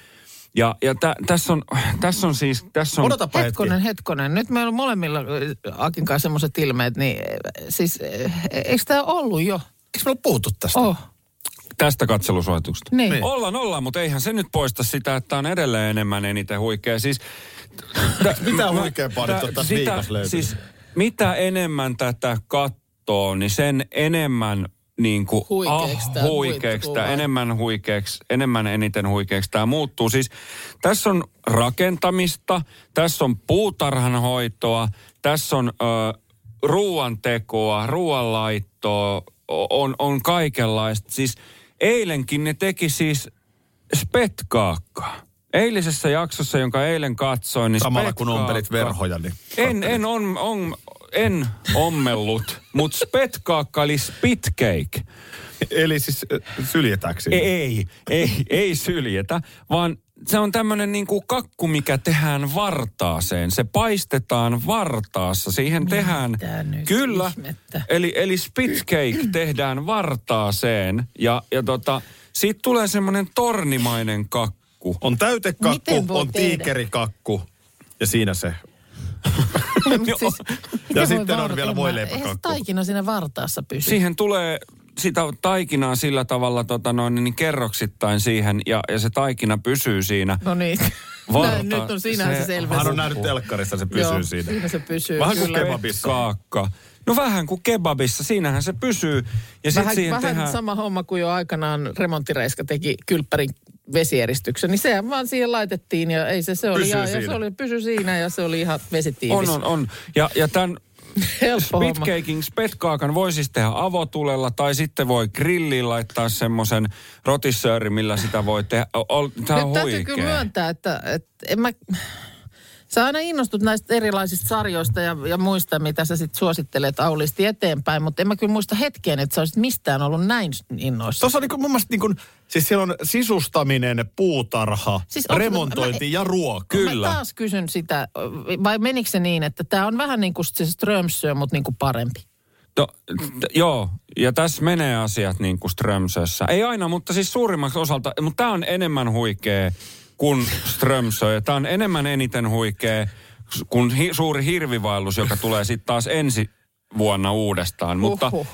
[SPEAKER 3] Ja, ja tä, tässä, on, tässä on siis, tässä on...
[SPEAKER 4] Odotapa hetki.
[SPEAKER 2] Hetkonen, hetkonen. Nyt meillä on molemmilla äh, Akin kanssa semmoiset ilmeet, niin äh, siis äh, eikö tämä ollut jo?
[SPEAKER 4] Eikö me ole puhuttu tästä?
[SPEAKER 2] Oh,
[SPEAKER 3] Tästä katselusuosituksesta.
[SPEAKER 2] niin.
[SPEAKER 3] Niin. Ollaan, ollaan, mutta eihän se nyt poista sitä, että tää on edelleen enemmän eniten huikea. Siis,
[SPEAKER 4] Mitä
[SPEAKER 3] mä-
[SPEAKER 4] huikea painetta
[SPEAKER 3] tää-
[SPEAKER 4] tässä
[SPEAKER 3] sitä-
[SPEAKER 4] viikossa löytyy?
[SPEAKER 3] Siis mitä enemmän tätä kattoo, niin sen enemmän niin kuin,
[SPEAKER 2] Huikeeks tää
[SPEAKER 3] huikeaksi
[SPEAKER 2] muuttuu
[SPEAKER 3] tää,
[SPEAKER 2] vai?
[SPEAKER 3] enemmän huikeaksi, enemmän eniten huikeaksi tämä muuttuu. Siis tässä on rakentamista, tässä on puutarhanhoitoa, tässä on ö, ruoantekoa, ruoanlaittoa, o- on, on kaikenlaista. Siis eilenkin ne teki siis spetkaakkaa. Eilisessä jaksossa, jonka eilen katsoin, niin
[SPEAKER 4] Samalla kun
[SPEAKER 3] spetkaakka-
[SPEAKER 4] ompelit verhoja, niin...
[SPEAKER 3] En, en, on, on, en ommellut, mutta spetkaakka eli spitcake.
[SPEAKER 4] Eli siis äh, syljetäänkö siinä?
[SPEAKER 3] Ei, ei, ei syljetä, vaan se on tämmöinen niin kuin kakku, mikä tehdään vartaaseen. Se paistetaan vartaassa. Siihen Mitä tehdään...
[SPEAKER 2] nyt
[SPEAKER 3] Kyllä.
[SPEAKER 2] ihmettä?
[SPEAKER 3] Eli, eli spitcake tehdään vartaaseen. Ja, ja tota, siitä tulee semmoinen tornimainen kakku.
[SPEAKER 4] On täytekakku,
[SPEAKER 2] Miten voi
[SPEAKER 4] on
[SPEAKER 2] tehdä?
[SPEAKER 4] tiikerikakku ja siinä se.
[SPEAKER 2] Mut siis, miten voi
[SPEAKER 4] sitten on
[SPEAKER 2] varta-
[SPEAKER 4] vielä
[SPEAKER 2] en
[SPEAKER 4] voi
[SPEAKER 2] mä- Eihän se
[SPEAKER 4] leipäkakku.
[SPEAKER 2] taikina siinä vartaassa pysy.
[SPEAKER 3] Siihen tulee sitä taikinaa sillä tavalla tota noin, niin kerroksittain siihen ja, ja se taikina pysyy siinä.
[SPEAKER 2] No niin.
[SPEAKER 3] Varta-
[SPEAKER 2] Näin, nyt on siinähän se,
[SPEAKER 3] se-
[SPEAKER 2] selvä.
[SPEAKER 4] Hän on nähnyt telkkarissa, se pysyy
[SPEAKER 2] Joo,
[SPEAKER 4] siinä.
[SPEAKER 2] Siinä se pysyy.
[SPEAKER 4] Vähän kuin
[SPEAKER 2] kyllä.
[SPEAKER 4] kebab. kebabissa.
[SPEAKER 3] Kaakka. No vähän kuin kebabissa, siinähän se pysyy. Ja sitten
[SPEAKER 2] Vähän,
[SPEAKER 3] siihen
[SPEAKER 2] vähän
[SPEAKER 3] tehdään...
[SPEAKER 2] sama homma kuin jo aikanaan remonttireiska teki kylppärin vesieristyksen, niin sehän vaan siihen laitettiin ja ei se, se oli,
[SPEAKER 4] Pysyy
[SPEAKER 2] ja, ja se
[SPEAKER 4] siinä.
[SPEAKER 2] oli, pysy siinä ja se oli ihan vesitiivis.
[SPEAKER 3] On, on, on. Ja, ja tämän
[SPEAKER 2] Helppo homma.
[SPEAKER 3] Spitcaking spetkaakan voi siis tehdä avotulella tai sitten voi grilliin laittaa semmoisen rotissööri, millä sitä voi tehdä. Tämä on
[SPEAKER 2] Nyt täytyy kyllä
[SPEAKER 3] huikea.
[SPEAKER 2] myöntää, että, että en mä... Sä aina innostut näistä erilaisista sarjoista ja, ja muista, mitä sä sit suosittelet aulisti eteenpäin, mutta en mä kyllä muista hetkeen, että sä olisit mistään ollut näin innoissa.
[SPEAKER 4] Tuossa on niin mun mielestä niin kuin, siis siellä on sisustaminen, puutarha,
[SPEAKER 2] Siis
[SPEAKER 4] siis
[SPEAKER 2] onko-
[SPEAKER 4] remontointi ja ruoka.
[SPEAKER 2] Mä taas kysyn sitä, vai menikö se niin, että tämä on vähän niin kuin se Strömsö, mutta niin kuin parempi?
[SPEAKER 3] To, t- joo, ja tässä menee asiat niin kuin Strömsössä. Ei aina, mutta siis suurimmaksi osalta, mutta tämä on enemmän huikea kuin Strömsö. Ja tämä on enemmän eniten huikea s- kuin hi, suuri hirvivaellus, joka tulee sitten taas ensi vuonna uudestaan. Mutta
[SPEAKER 2] Uhuh.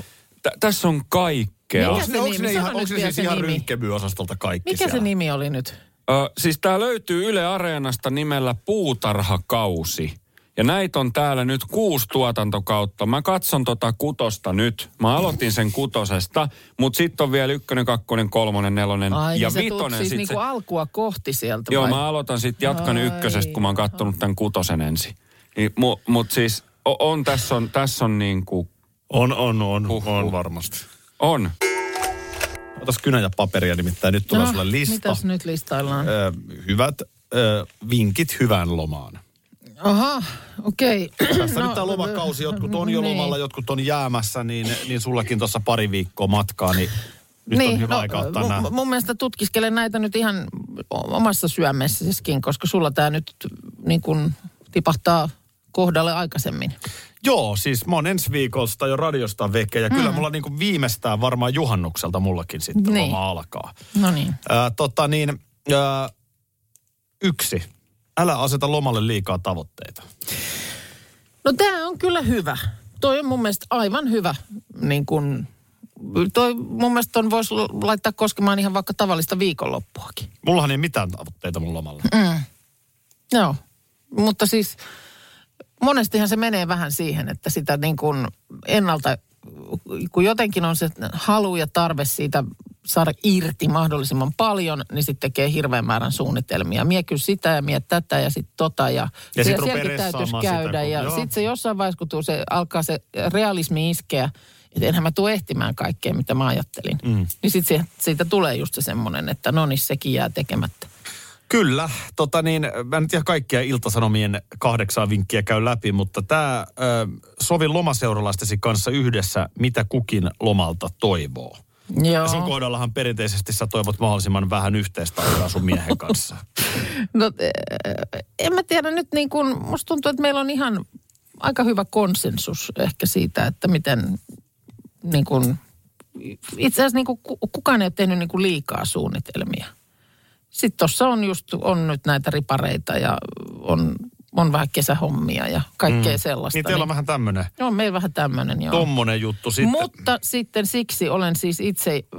[SPEAKER 3] t- tässä on kaikkea.
[SPEAKER 2] Mikä
[SPEAKER 4] Onko
[SPEAKER 2] se
[SPEAKER 4] ne, onko
[SPEAKER 2] nimi?
[SPEAKER 4] ne
[SPEAKER 2] Sano
[SPEAKER 4] ihan,
[SPEAKER 2] nyt
[SPEAKER 4] onko ne
[SPEAKER 2] vielä
[SPEAKER 4] siis
[SPEAKER 2] se
[SPEAKER 4] ihan
[SPEAKER 2] nimi.
[SPEAKER 4] rynkkevyosastolta kaikki
[SPEAKER 2] Mikä se
[SPEAKER 4] siellä?
[SPEAKER 2] nimi oli nyt?
[SPEAKER 3] Ö, siis tämä löytyy Yle Areenasta nimellä Puutarhakausi. Ja näitä on täällä nyt kuusi tuotantokautta. Mä katson tota kutosta nyt. Mä aloitin sen kutosesta, mutta sitten on vielä ykkönen, kakkonen, kolmonen, nelonen
[SPEAKER 2] Ai,
[SPEAKER 3] ja
[SPEAKER 2] niin sä tuut
[SPEAKER 3] vitonen.
[SPEAKER 2] siis
[SPEAKER 3] sit
[SPEAKER 2] niinku
[SPEAKER 3] se-
[SPEAKER 2] alkua kohti sieltä
[SPEAKER 3] Joo,
[SPEAKER 2] vai?
[SPEAKER 3] mä aloitan sitten jatkan
[SPEAKER 2] Ai.
[SPEAKER 3] ykkösestä, kun mä oon kattonut tämän kutosen ensin. Niin, mu, mut siis o- on, tässä on, tässä on niinku,
[SPEAKER 4] On, on, on,
[SPEAKER 3] Huhhuh.
[SPEAKER 4] on varmasti.
[SPEAKER 3] on.
[SPEAKER 4] Otas kynä ja paperia, nimittäin nyt tulee
[SPEAKER 2] No,
[SPEAKER 4] sulle lista.
[SPEAKER 2] Mitäs nyt listaillaan?
[SPEAKER 4] Ö, hyvät ö, vinkit hyvään lomaan.
[SPEAKER 2] Aha, okei.
[SPEAKER 4] Tässä no, nyt tämä lomakausi, jotkut on jo
[SPEAKER 2] niin.
[SPEAKER 4] lomalla, jotkut on jäämässä, niin, niin sullakin tuossa pari viikkoa matkaa, niin nyt on
[SPEAKER 2] no,
[SPEAKER 4] hyvä aika ottaa
[SPEAKER 2] mun,
[SPEAKER 4] nämä.
[SPEAKER 2] mun mielestä tutkiskele näitä nyt ihan o- omassa syömessäskin, koska sulla tämä nyt niin kun tipahtaa kohdalle aikaisemmin.
[SPEAKER 4] Joo, siis mä oon ensi viikosta jo radiosta veke ja kyllä mulla niinku viimeistään varmaan juhannukselta mullakin sitten
[SPEAKER 2] Niin.
[SPEAKER 4] niin. loma alkaa.
[SPEAKER 2] No niin.
[SPEAKER 4] Ää, tota niin, ää, yksi. Älä aseta lomalle liikaa tavoitteita.
[SPEAKER 2] No tämä on kyllä hyvä. Toi on mun mielestä aivan hyvä. Niin kun, toi mun mielestä ton voisi laittaa koskemaan ihan vaikka tavallista viikonloppuakin.
[SPEAKER 4] Mullahan ei mitään tavoitteita mun lomalla.
[SPEAKER 2] Joo, mutta siis monestihan se menee vähän siihen, että sitä niin kuin ennalta, kun jotenkin on se halu ja tarve siitä saada irti mahdollisimman paljon, niin sitten tekee hirveän määrän suunnitelmia. Mie kyllä sitä ja mie tätä ja sitten tota ja,
[SPEAKER 4] Ja sit
[SPEAKER 2] siellä-
[SPEAKER 4] rupeaa
[SPEAKER 2] sielläkin täytyisi
[SPEAKER 4] ressaamaan
[SPEAKER 2] käydä.
[SPEAKER 4] sitä, kun-
[SPEAKER 2] ja
[SPEAKER 4] joo.
[SPEAKER 2] sitten se jossain vaiheessa, kun tuu se, alkaa se realismi iskeä, että enhän mä tule ehtimään kaikkea, mitä mä ajattelin. Mm. Niin sitten siitä tulee just se semmoinen, että no niin, sekin jää tekemättä.
[SPEAKER 4] Kyllä, tota niin, mä nyt ihan kaikkia iltasanomien kahdeksaa vinkkiä käy läpi, mutta tämä sovi lomaseuralaistesi kanssa yhdessä, mitä kukin lomalta toivoo.
[SPEAKER 2] Joo.
[SPEAKER 4] Ja sun kohdallahan perinteisesti sä toivot mahdollisimman vähän yhteistä aikaa sun miehen kanssa.
[SPEAKER 2] No, eh, en mä tiedä nyt niin kuin, musta tuntuu, että meillä on ihan aika hyvä konsensus ehkä siitä, että miten niin kuin, itse asiassa niin kuin, kukaan ei ole tehnyt niin kuin liikaa suunnitelmia. Sitten tuossa on just, on nyt näitä ripareita ja on, on vähän kesähommia ja kaikkea mm. sellaista.
[SPEAKER 4] Niin teillä on vähän tämmönen,
[SPEAKER 2] Joo, meillä vähän tämmöinen joo.
[SPEAKER 4] tommonen juttu sitten.
[SPEAKER 2] Mutta sitten siksi olen siis itse ö,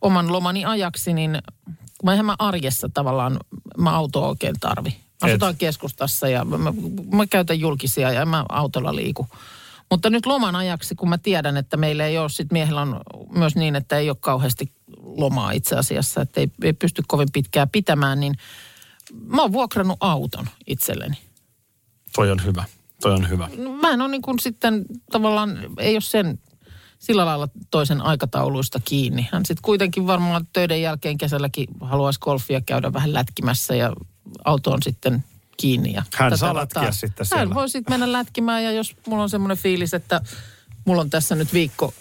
[SPEAKER 2] oman lomani ajaksi, niin kun mä, eihän mä arjessa tavallaan, mä autoa oikein tarvi. Asutaan keskustassa ja mä, mä, mä käytän julkisia ja en mä autolla liiku. Mutta nyt loman ajaksi, kun mä tiedän, että meillä ei ole, sit miehellä on myös niin, että ei ole kauheasti lomaa itse asiassa, että ei, ei pysty kovin pitkään pitämään, niin mä oon vuokrannut auton itselleni
[SPEAKER 4] Toi on hyvä, toi on hyvä.
[SPEAKER 2] no, mä en ole niin kuin sitten tavallaan, ei ole sen sillä lailla toisen aikatauluista kiinni. Hän sitten kuitenkin varmaan töiden jälkeen kesälläkin haluaisi golfia käydä vähän lätkimässä ja auto on sitten kiinni. Ja
[SPEAKER 4] Hän
[SPEAKER 2] tätä
[SPEAKER 4] saa
[SPEAKER 2] rataa.
[SPEAKER 4] lätkiä sitten
[SPEAKER 2] Hän
[SPEAKER 4] siellä.
[SPEAKER 2] voi sitten mennä lätkimään ja jos mulla on semmoinen fiilis, että mulla on tässä nyt viikko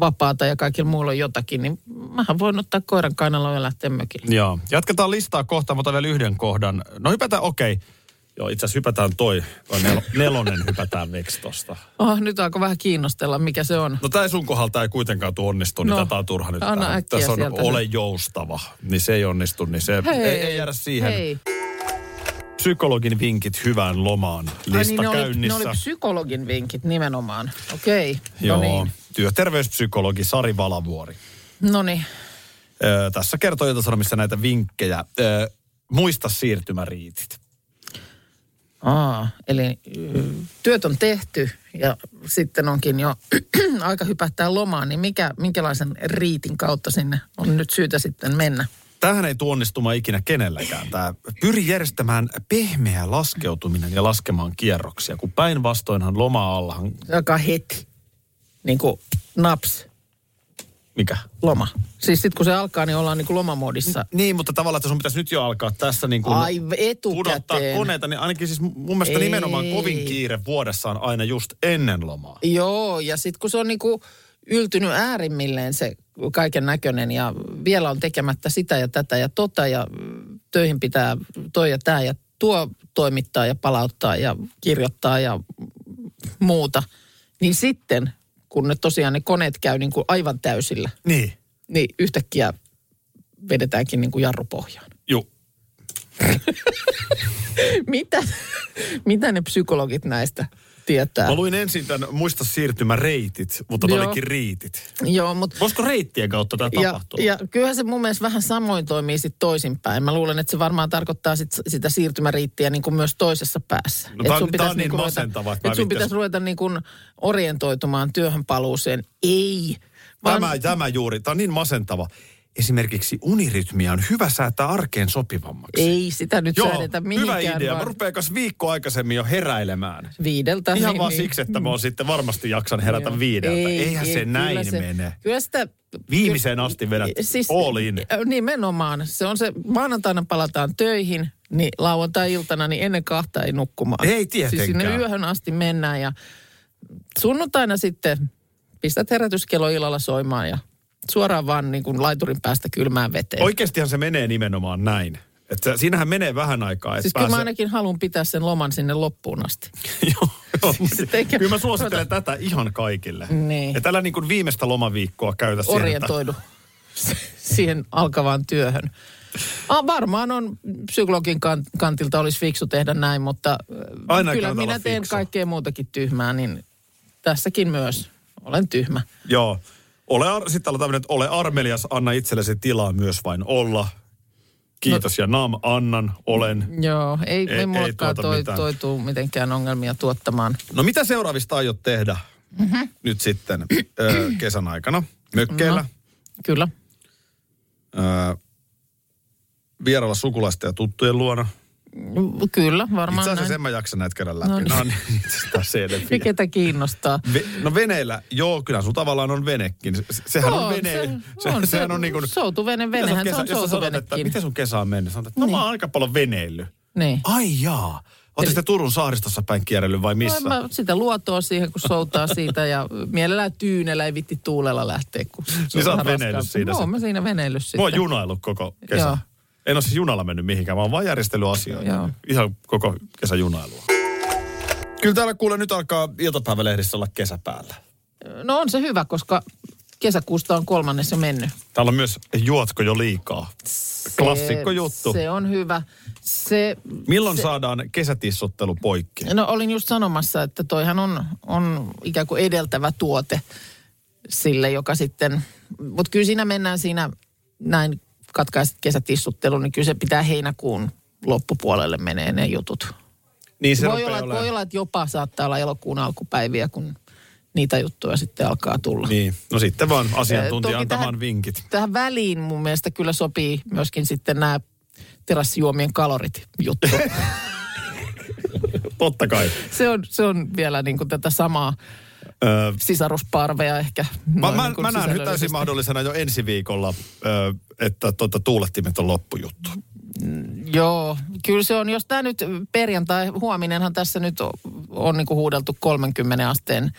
[SPEAKER 2] vapaata ja kaikilla muilla on jotakin, niin mähän voin ottaa koiran kainaloon ja lähteä mökille.
[SPEAKER 4] Joo. Jatketaan listaa kohta, mutta vielä yhden kohdan. No hypätään, okei. Okay. Joo, itse asiassa hypätään toi, toi nel- nelonen hypätään veksi tosta.
[SPEAKER 2] Oh, nyt alkoi vähän kiinnostella, mikä se on.
[SPEAKER 4] No tämä sun kohdalla tämä ei kuitenkaan tuu onnistu, niin
[SPEAKER 2] No,
[SPEAKER 4] tätä on turha nyt.
[SPEAKER 2] anna
[SPEAKER 4] tähän.
[SPEAKER 2] äkkiä
[SPEAKER 4] Tässä on
[SPEAKER 2] sieltä
[SPEAKER 4] ole
[SPEAKER 2] nyt.
[SPEAKER 4] joustava, niin se ei onnistu, niin se
[SPEAKER 2] Hei.
[SPEAKER 4] ei, ei jäädä siihen.
[SPEAKER 2] Hei.
[SPEAKER 4] Psykologin vinkit hyvään lomaan.
[SPEAKER 2] Ai
[SPEAKER 4] Lista
[SPEAKER 2] niin, ne oli, ne
[SPEAKER 4] käynnissä.
[SPEAKER 2] oli psykologin vinkit nimenomaan. Okei, no
[SPEAKER 4] Joo,
[SPEAKER 2] niin.
[SPEAKER 4] työterveyspsykologi Sari Valavuori.
[SPEAKER 2] No niin,
[SPEAKER 4] Ö, tässä kertoo Ilta-Sanomissa näitä vinkkejä. Ö, muista siirtymäriitit.
[SPEAKER 2] Aa, eli mm, työt on tehty ja sitten onkin jo aika hypättää lomaan, niin mikä, minkälaisen riitin kautta sinne on nyt syytä sitten mennä?
[SPEAKER 4] Tähän ei tuonnistumaan ikinä kenelläkään. Tämä pyri järjestämään pehmeä laskeutuminen ja laskemaan kierroksia, kun päinvastoinhan loma-allahan,
[SPEAKER 2] Se alkaa heti, niin kuin naps,
[SPEAKER 4] mikä?
[SPEAKER 2] loma. Siis sitten kun se alkaa, niin ollaan niin kuin lomamoodissa.
[SPEAKER 4] Niin, mutta tavallaan, että sun pitäisi nyt jo alkaa tässä niin kuin
[SPEAKER 2] Ai
[SPEAKER 4] pudottaa
[SPEAKER 2] etukäteen.
[SPEAKER 4] koneita, niin ainakin siis mun mielestä
[SPEAKER 2] Ei.
[SPEAKER 4] nimenomaan kovin kiire vuodessa on aina just ennen lomaa.
[SPEAKER 2] Joo, ja sitten kun se on niinku yltynyt äärimmilleen se kaiken näköinen ja vielä on tekemättä sitä ja tätä ja tota ja mm, töihin pitää toi ja tämä ja tuo toimittaa ja palauttaa ja kirjoittaa ja mm, muuta, niin sitten kun ne tosiaan ne koneet käy niinku aivan täysillä,
[SPEAKER 4] Niin.
[SPEAKER 2] niin yhtäkkiä vedetäänkin niinku jarrupohjaan.
[SPEAKER 4] Juu.
[SPEAKER 2] Mitä, mitä ne psykologit näistä tietää?
[SPEAKER 4] Mä luin ensin tämän muista siirtymäreitit, mutta ne
[SPEAKER 2] Joo.
[SPEAKER 4] olikin riitit.
[SPEAKER 2] Joo, mutta
[SPEAKER 4] Voisiko reittien kautta tämä
[SPEAKER 2] Ja,
[SPEAKER 4] tapahtua?
[SPEAKER 2] ja kyllähän se mun mielestä vähän samoin toimii sitten toisinpäin. Mä luulen, että se varmaan tarkoittaa sit sitä siirtymäriittiä niin kuin myös toisessa päässä. Et
[SPEAKER 4] tää on-
[SPEAKER 2] sun
[SPEAKER 4] tää
[SPEAKER 2] pitäisi
[SPEAKER 4] on niin
[SPEAKER 2] niinku ruveta-
[SPEAKER 4] masentavaa, että
[SPEAKER 2] et
[SPEAKER 4] mä
[SPEAKER 2] sun
[SPEAKER 4] vittas-
[SPEAKER 2] pitäisi ruveta niin kuin orientoitumaan työhön paluuseen. Ei. Vaan
[SPEAKER 4] Tämä, tämä juuri, tämä on niin masentava. Esimerkiksi unirytmiä on hyvä säätää arkeen sopivammaksi.
[SPEAKER 2] ei sitä nyt
[SPEAKER 4] Joo,
[SPEAKER 2] säädetä
[SPEAKER 4] hyvä
[SPEAKER 2] mihinkään.
[SPEAKER 4] idea. Mä
[SPEAKER 2] vaan
[SPEAKER 4] rupean kanssa viikko aikaisemmin jo heräilemään.
[SPEAKER 2] Viideltä.
[SPEAKER 4] Ihan
[SPEAKER 2] niin-
[SPEAKER 4] vaan
[SPEAKER 2] niin.
[SPEAKER 4] siksi, että mä oon sitten varmasti jaksan herätä
[SPEAKER 2] Joo.
[SPEAKER 4] viideltä.
[SPEAKER 2] Ei,
[SPEAKER 4] Eihän
[SPEAKER 2] ei,
[SPEAKER 4] se
[SPEAKER 2] kyllä
[SPEAKER 4] näin mene.
[SPEAKER 2] Kyllä sitä...
[SPEAKER 4] Viimeiseen asti vedät
[SPEAKER 2] siis-
[SPEAKER 4] all in.
[SPEAKER 2] ö, Nimenomaan. Se on se, maanantaina palataan töihin, niin lauantai-iltana, niin ennen kahta ei nukkumaan.
[SPEAKER 4] Ei
[SPEAKER 2] Siis
[SPEAKER 4] tietenkään.
[SPEAKER 2] sinne yöhön asti mennään ja sunnuntaina sitten pistät herätyskello illalla soimaan ja suoraan vaan niin kuin laiturin päästä kylmään veteen.
[SPEAKER 4] Oikeastihan se menee nimenomaan näin. Että siinähän menee vähän aikaa, että
[SPEAKER 2] siis kyllä mä ainakin haluan pitää sen loman sinne loppuun asti.
[SPEAKER 4] Joo, joo.
[SPEAKER 2] Siis eikä-
[SPEAKER 4] Kyllä mä suosittelen tätä ihan kaikille.
[SPEAKER 2] Niin.
[SPEAKER 4] Että älä niin kuin viimeistä lomaviikkoa käytä siihen, että
[SPEAKER 2] Orientoidu siihen alkavaan työhön. Ah, varmaan on psykologin kan- kantilta olisi fiksu tehdä näin, mutta ö,
[SPEAKER 4] Aina ei
[SPEAKER 2] kyllä
[SPEAKER 4] kannata
[SPEAKER 2] minä
[SPEAKER 4] olla
[SPEAKER 2] teen
[SPEAKER 4] fiksu.
[SPEAKER 2] kaikkea muutakin tyhmää, niin tässäkin myös olen tyhmä.
[SPEAKER 4] Joo. Ole ar- sitten aloitetaan tämmöinen, että ole armelias, anna itsellesi tilaa myös vain olla. Kiitos no. ja nam, annan,
[SPEAKER 2] Mm.
[SPEAKER 4] olen.
[SPEAKER 2] Joo, ei, ei,
[SPEAKER 4] Ei-
[SPEAKER 2] ei
[SPEAKER 4] ei
[SPEAKER 2] mullekaan
[SPEAKER 4] tuota
[SPEAKER 2] toi,
[SPEAKER 4] mitään.
[SPEAKER 2] toi tuu mitenkään ongelmia tuottamaan.
[SPEAKER 4] No mitä seuraavista aiot tehdä mm-hmm. nyt sitten ö, kesän aikana? Mökkeillä,
[SPEAKER 2] No, Kyllä.
[SPEAKER 4] no. ö, vierailla sukulaisten ja tuttujen luona.
[SPEAKER 2] Mm, Kyllä,
[SPEAKER 4] Itse
[SPEAKER 2] varmaan
[SPEAKER 4] asiassa
[SPEAKER 2] näin.
[SPEAKER 4] sen mä jaksan näitä käydä läpi. No
[SPEAKER 2] No
[SPEAKER 4] niin.
[SPEAKER 2] niin.
[SPEAKER 4] Nämä on niin itsestään
[SPEAKER 2] Ja
[SPEAKER 4] selviä.
[SPEAKER 2] ketä kiinnostaa.
[SPEAKER 4] Ve- no veneillä, joo, kyllä sun tavallaan on venekin. Se- Sehän on, vene. se, sehän on niin kuin...
[SPEAKER 2] Soutuvene,
[SPEAKER 4] Mitä sun
[SPEAKER 2] venehän se
[SPEAKER 4] kesä-
[SPEAKER 2] on Niin.
[SPEAKER 4] jos sä sanot, että
[SPEAKER 2] soutuvenekin.
[SPEAKER 4] Miten sun kesä on mennyt? Sanotaan, että no mä oon aika paljon veneillyt.
[SPEAKER 2] Niin.
[SPEAKER 4] Ai jaa. Ootte sitten Turun saaristossa päin kierrellyt vai missä?
[SPEAKER 2] No, en mä sitä luotoa siihen, kun soutaa siitä ja mielellään tyynellä ei vitti tuulella lähteä. Kun se on
[SPEAKER 4] Niin sä oot
[SPEAKER 2] vähän
[SPEAKER 4] veneillyt
[SPEAKER 2] raskaampi.
[SPEAKER 4] siinä
[SPEAKER 2] Mä oon
[SPEAKER 4] sitten.
[SPEAKER 2] mä siinä veneillyt
[SPEAKER 4] Mä
[SPEAKER 2] sitten.
[SPEAKER 4] oon junaillut koko kesä.
[SPEAKER 2] Joo.
[SPEAKER 4] En ole siis junalla mennyt mihinkään, mä oon vaan järjestellyt asioita.
[SPEAKER 2] Joo.
[SPEAKER 4] Ihan koko kesä junailua. Kyllä täällä kuule nyt alkaa iltapäivälehdissä olla kesä päällä.
[SPEAKER 2] No on se hyvä, koska kesäkuusta on kolmannes jo mennyt.
[SPEAKER 4] Täällä on myös juotko jo liikaa. Klassikko
[SPEAKER 2] Se-
[SPEAKER 4] juttu.
[SPEAKER 2] Se on hyvä. Se,
[SPEAKER 4] Milloin saadaan kesätissottelu poikki?
[SPEAKER 2] no olin just sanomassa, että toihan on, on ikään kuin edeltävä tuote sille, joka sitten... Mutta kyllä siinä mennään siinä näin katkaiset kesätissuttelun, niin kyllä se pitää heinäkuun loppupuolelle menee ne jutut.
[SPEAKER 4] Niin se
[SPEAKER 2] voi,
[SPEAKER 4] rupeaa
[SPEAKER 2] olla,
[SPEAKER 4] olemaan.
[SPEAKER 2] voi olla, että jopa saattaa olla elokuun alkupäiviä, kun niitä juttuja sitten alkaa tulla.
[SPEAKER 4] Niin, no sitten vaan
[SPEAKER 2] Eh,
[SPEAKER 4] asiantuntija
[SPEAKER 2] toki
[SPEAKER 4] antamaan
[SPEAKER 2] tähän-
[SPEAKER 4] vinkit.
[SPEAKER 2] Tähän väliin mun mielestä kyllä sopii myöskin sitten nämä terassijuomien kalorit juttu.
[SPEAKER 4] Totta kai.
[SPEAKER 2] se, on, se on vielä niin kuin tätä samaa
[SPEAKER 4] Öö,
[SPEAKER 2] sisarusparvea ehkä.
[SPEAKER 4] Mä,
[SPEAKER 2] noin
[SPEAKER 4] mä,
[SPEAKER 2] niin kuin
[SPEAKER 4] mä näen nyt täysin
[SPEAKER 2] sisällöllisesti.
[SPEAKER 4] mahdollisena jo ensi viikolla, ö, että tuota, tuulettimet on loppujuttu.
[SPEAKER 2] Joo, kyllä se on. Jos tämä nyt perjantai, huominenhan tässä nyt on, on niin kuin huudeltu 30 niinku asteen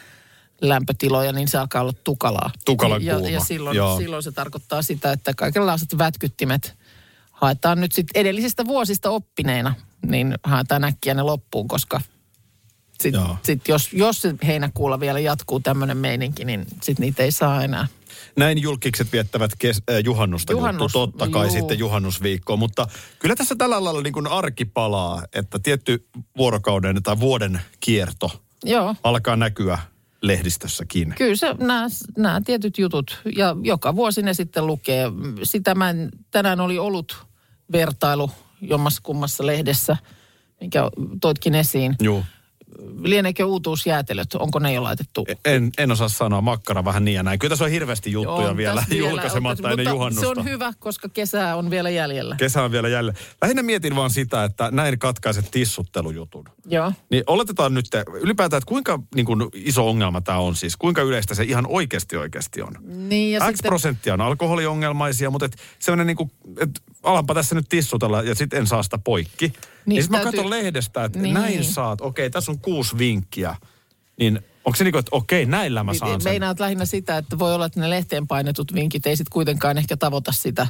[SPEAKER 2] lämpötiloja, niin se alkaa olla tukalaa.
[SPEAKER 4] Tukalan
[SPEAKER 2] ja,
[SPEAKER 4] kuuma,
[SPEAKER 2] ja silloin,
[SPEAKER 4] joo.
[SPEAKER 2] silloin se tarkoittaa sitä, että kaikenlaiset vätkyttimet haetaan nyt sitten edellisistä vuosista oppineena, niin haetaan äkkiä ne loppuun, koska sitten
[SPEAKER 4] Joo.
[SPEAKER 2] sit jos, jos se heinäkuulla vielä jatkuu tämmöinen meininki, niin sitten niitä ei saa enää.
[SPEAKER 4] Näin julkikset viettävät kes- äh, juhannusta, Juhannus,
[SPEAKER 2] Juhannus,
[SPEAKER 4] totta kai
[SPEAKER 2] juu.
[SPEAKER 4] sitten juhannusviikkoa, mutta kyllä tässä tällä lailla niin kuin arki palaa, että tietty vuorokauden tai vuoden kierto
[SPEAKER 2] Joo.
[SPEAKER 4] alkaa näkyä lehdistössäkin.
[SPEAKER 2] Kyllä se, nämä, nämä tietyt jutut. Ja joka vuosi ne sitten lukee. Sitä mä en, tänään oli ollut vertailu jommassa kummassa lehdessä, minkä toitkin esiin.
[SPEAKER 4] Joo.
[SPEAKER 2] Lieneekö uutuusjäätelöt, onko ne jo laitettu?
[SPEAKER 4] En, en osaa sanoa, makkara vähän niin ja näin. Kyllä tässä on hirveästi juttuja
[SPEAKER 2] On
[SPEAKER 4] vielä
[SPEAKER 2] tässä
[SPEAKER 4] julkaisematta
[SPEAKER 2] on tässä-
[SPEAKER 4] ennen
[SPEAKER 2] mutta
[SPEAKER 4] juhannusta.
[SPEAKER 2] Se on hyvä, koska kesää on vielä jäljellä.
[SPEAKER 4] Kesä on vielä jäljellä. Lähinnä mietin vaan sitä, että näin katkaiset tissuttelujutun.
[SPEAKER 2] Joo.
[SPEAKER 4] Niin oletetaan nyt te- ylipäätään, että kuinka niin kuin, iso ongelma tämä on siis? Kuinka yleistä se ihan oikeasti oikeasti on?
[SPEAKER 2] Niin, ja
[SPEAKER 4] X
[SPEAKER 2] sitten,
[SPEAKER 4] prosenttia on alkoholiongelmaisia, mutta et sellainen niin kuin, että alanpa tässä nyt tissutella ja sitten en saa sitä poikki. Niin, niin sitten mä
[SPEAKER 2] täytyy-
[SPEAKER 4] katson lehdestä, että niin.
[SPEAKER 2] Niin.
[SPEAKER 4] näin saat, okei, tässä on kuusi vinkkiä. Niin onko se niin kuin, että okei, näillä mä saan
[SPEAKER 2] niin,
[SPEAKER 4] sen.
[SPEAKER 2] meinaat lähinnä sitä, että voi olla, että ne lehteen painetut vinkit ei sitten kuitenkaan ehkä tavoita sitä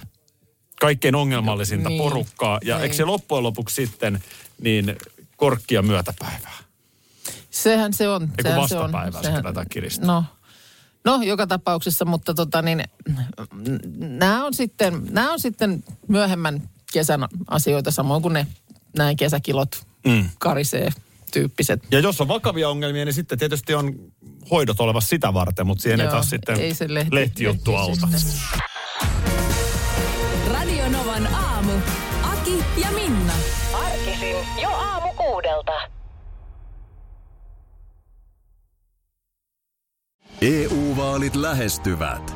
[SPEAKER 4] kaikkein ongelmallisinta niin.
[SPEAKER 2] Niin.
[SPEAKER 4] porukkaa. Ja
[SPEAKER 2] Niin.
[SPEAKER 4] eikö se loppujen lopuksi sitten niin korkkia myötäpäivää?
[SPEAKER 2] Sehän se on.
[SPEAKER 4] Ei kun
[SPEAKER 2] sehän se on.
[SPEAKER 4] vastapäivää sitä tätä kiristää.
[SPEAKER 2] No, no, joka tapauksessa, mutta tota niin, nämä on sitten, nämä on sitten myöhemmän kesän asioita, samoin kuin ne näin kesäkilot mm. karisee tyyppiset.
[SPEAKER 4] Ja jos on vakavia ongelmia, niin sitten tietysti on hoidot olevassa sitä varten, mutta siihen ei
[SPEAKER 2] Joo,
[SPEAKER 4] taas sitten
[SPEAKER 2] ei se lehti-
[SPEAKER 4] lehtijuttu
[SPEAKER 2] lehti
[SPEAKER 4] auta.
[SPEAKER 2] sitten.
[SPEAKER 1] Radio Novan aamu. Aki ja Minna.
[SPEAKER 9] Arkisin jo aamu kuudelta.
[SPEAKER 7] EU-vaalit E lähestyvät.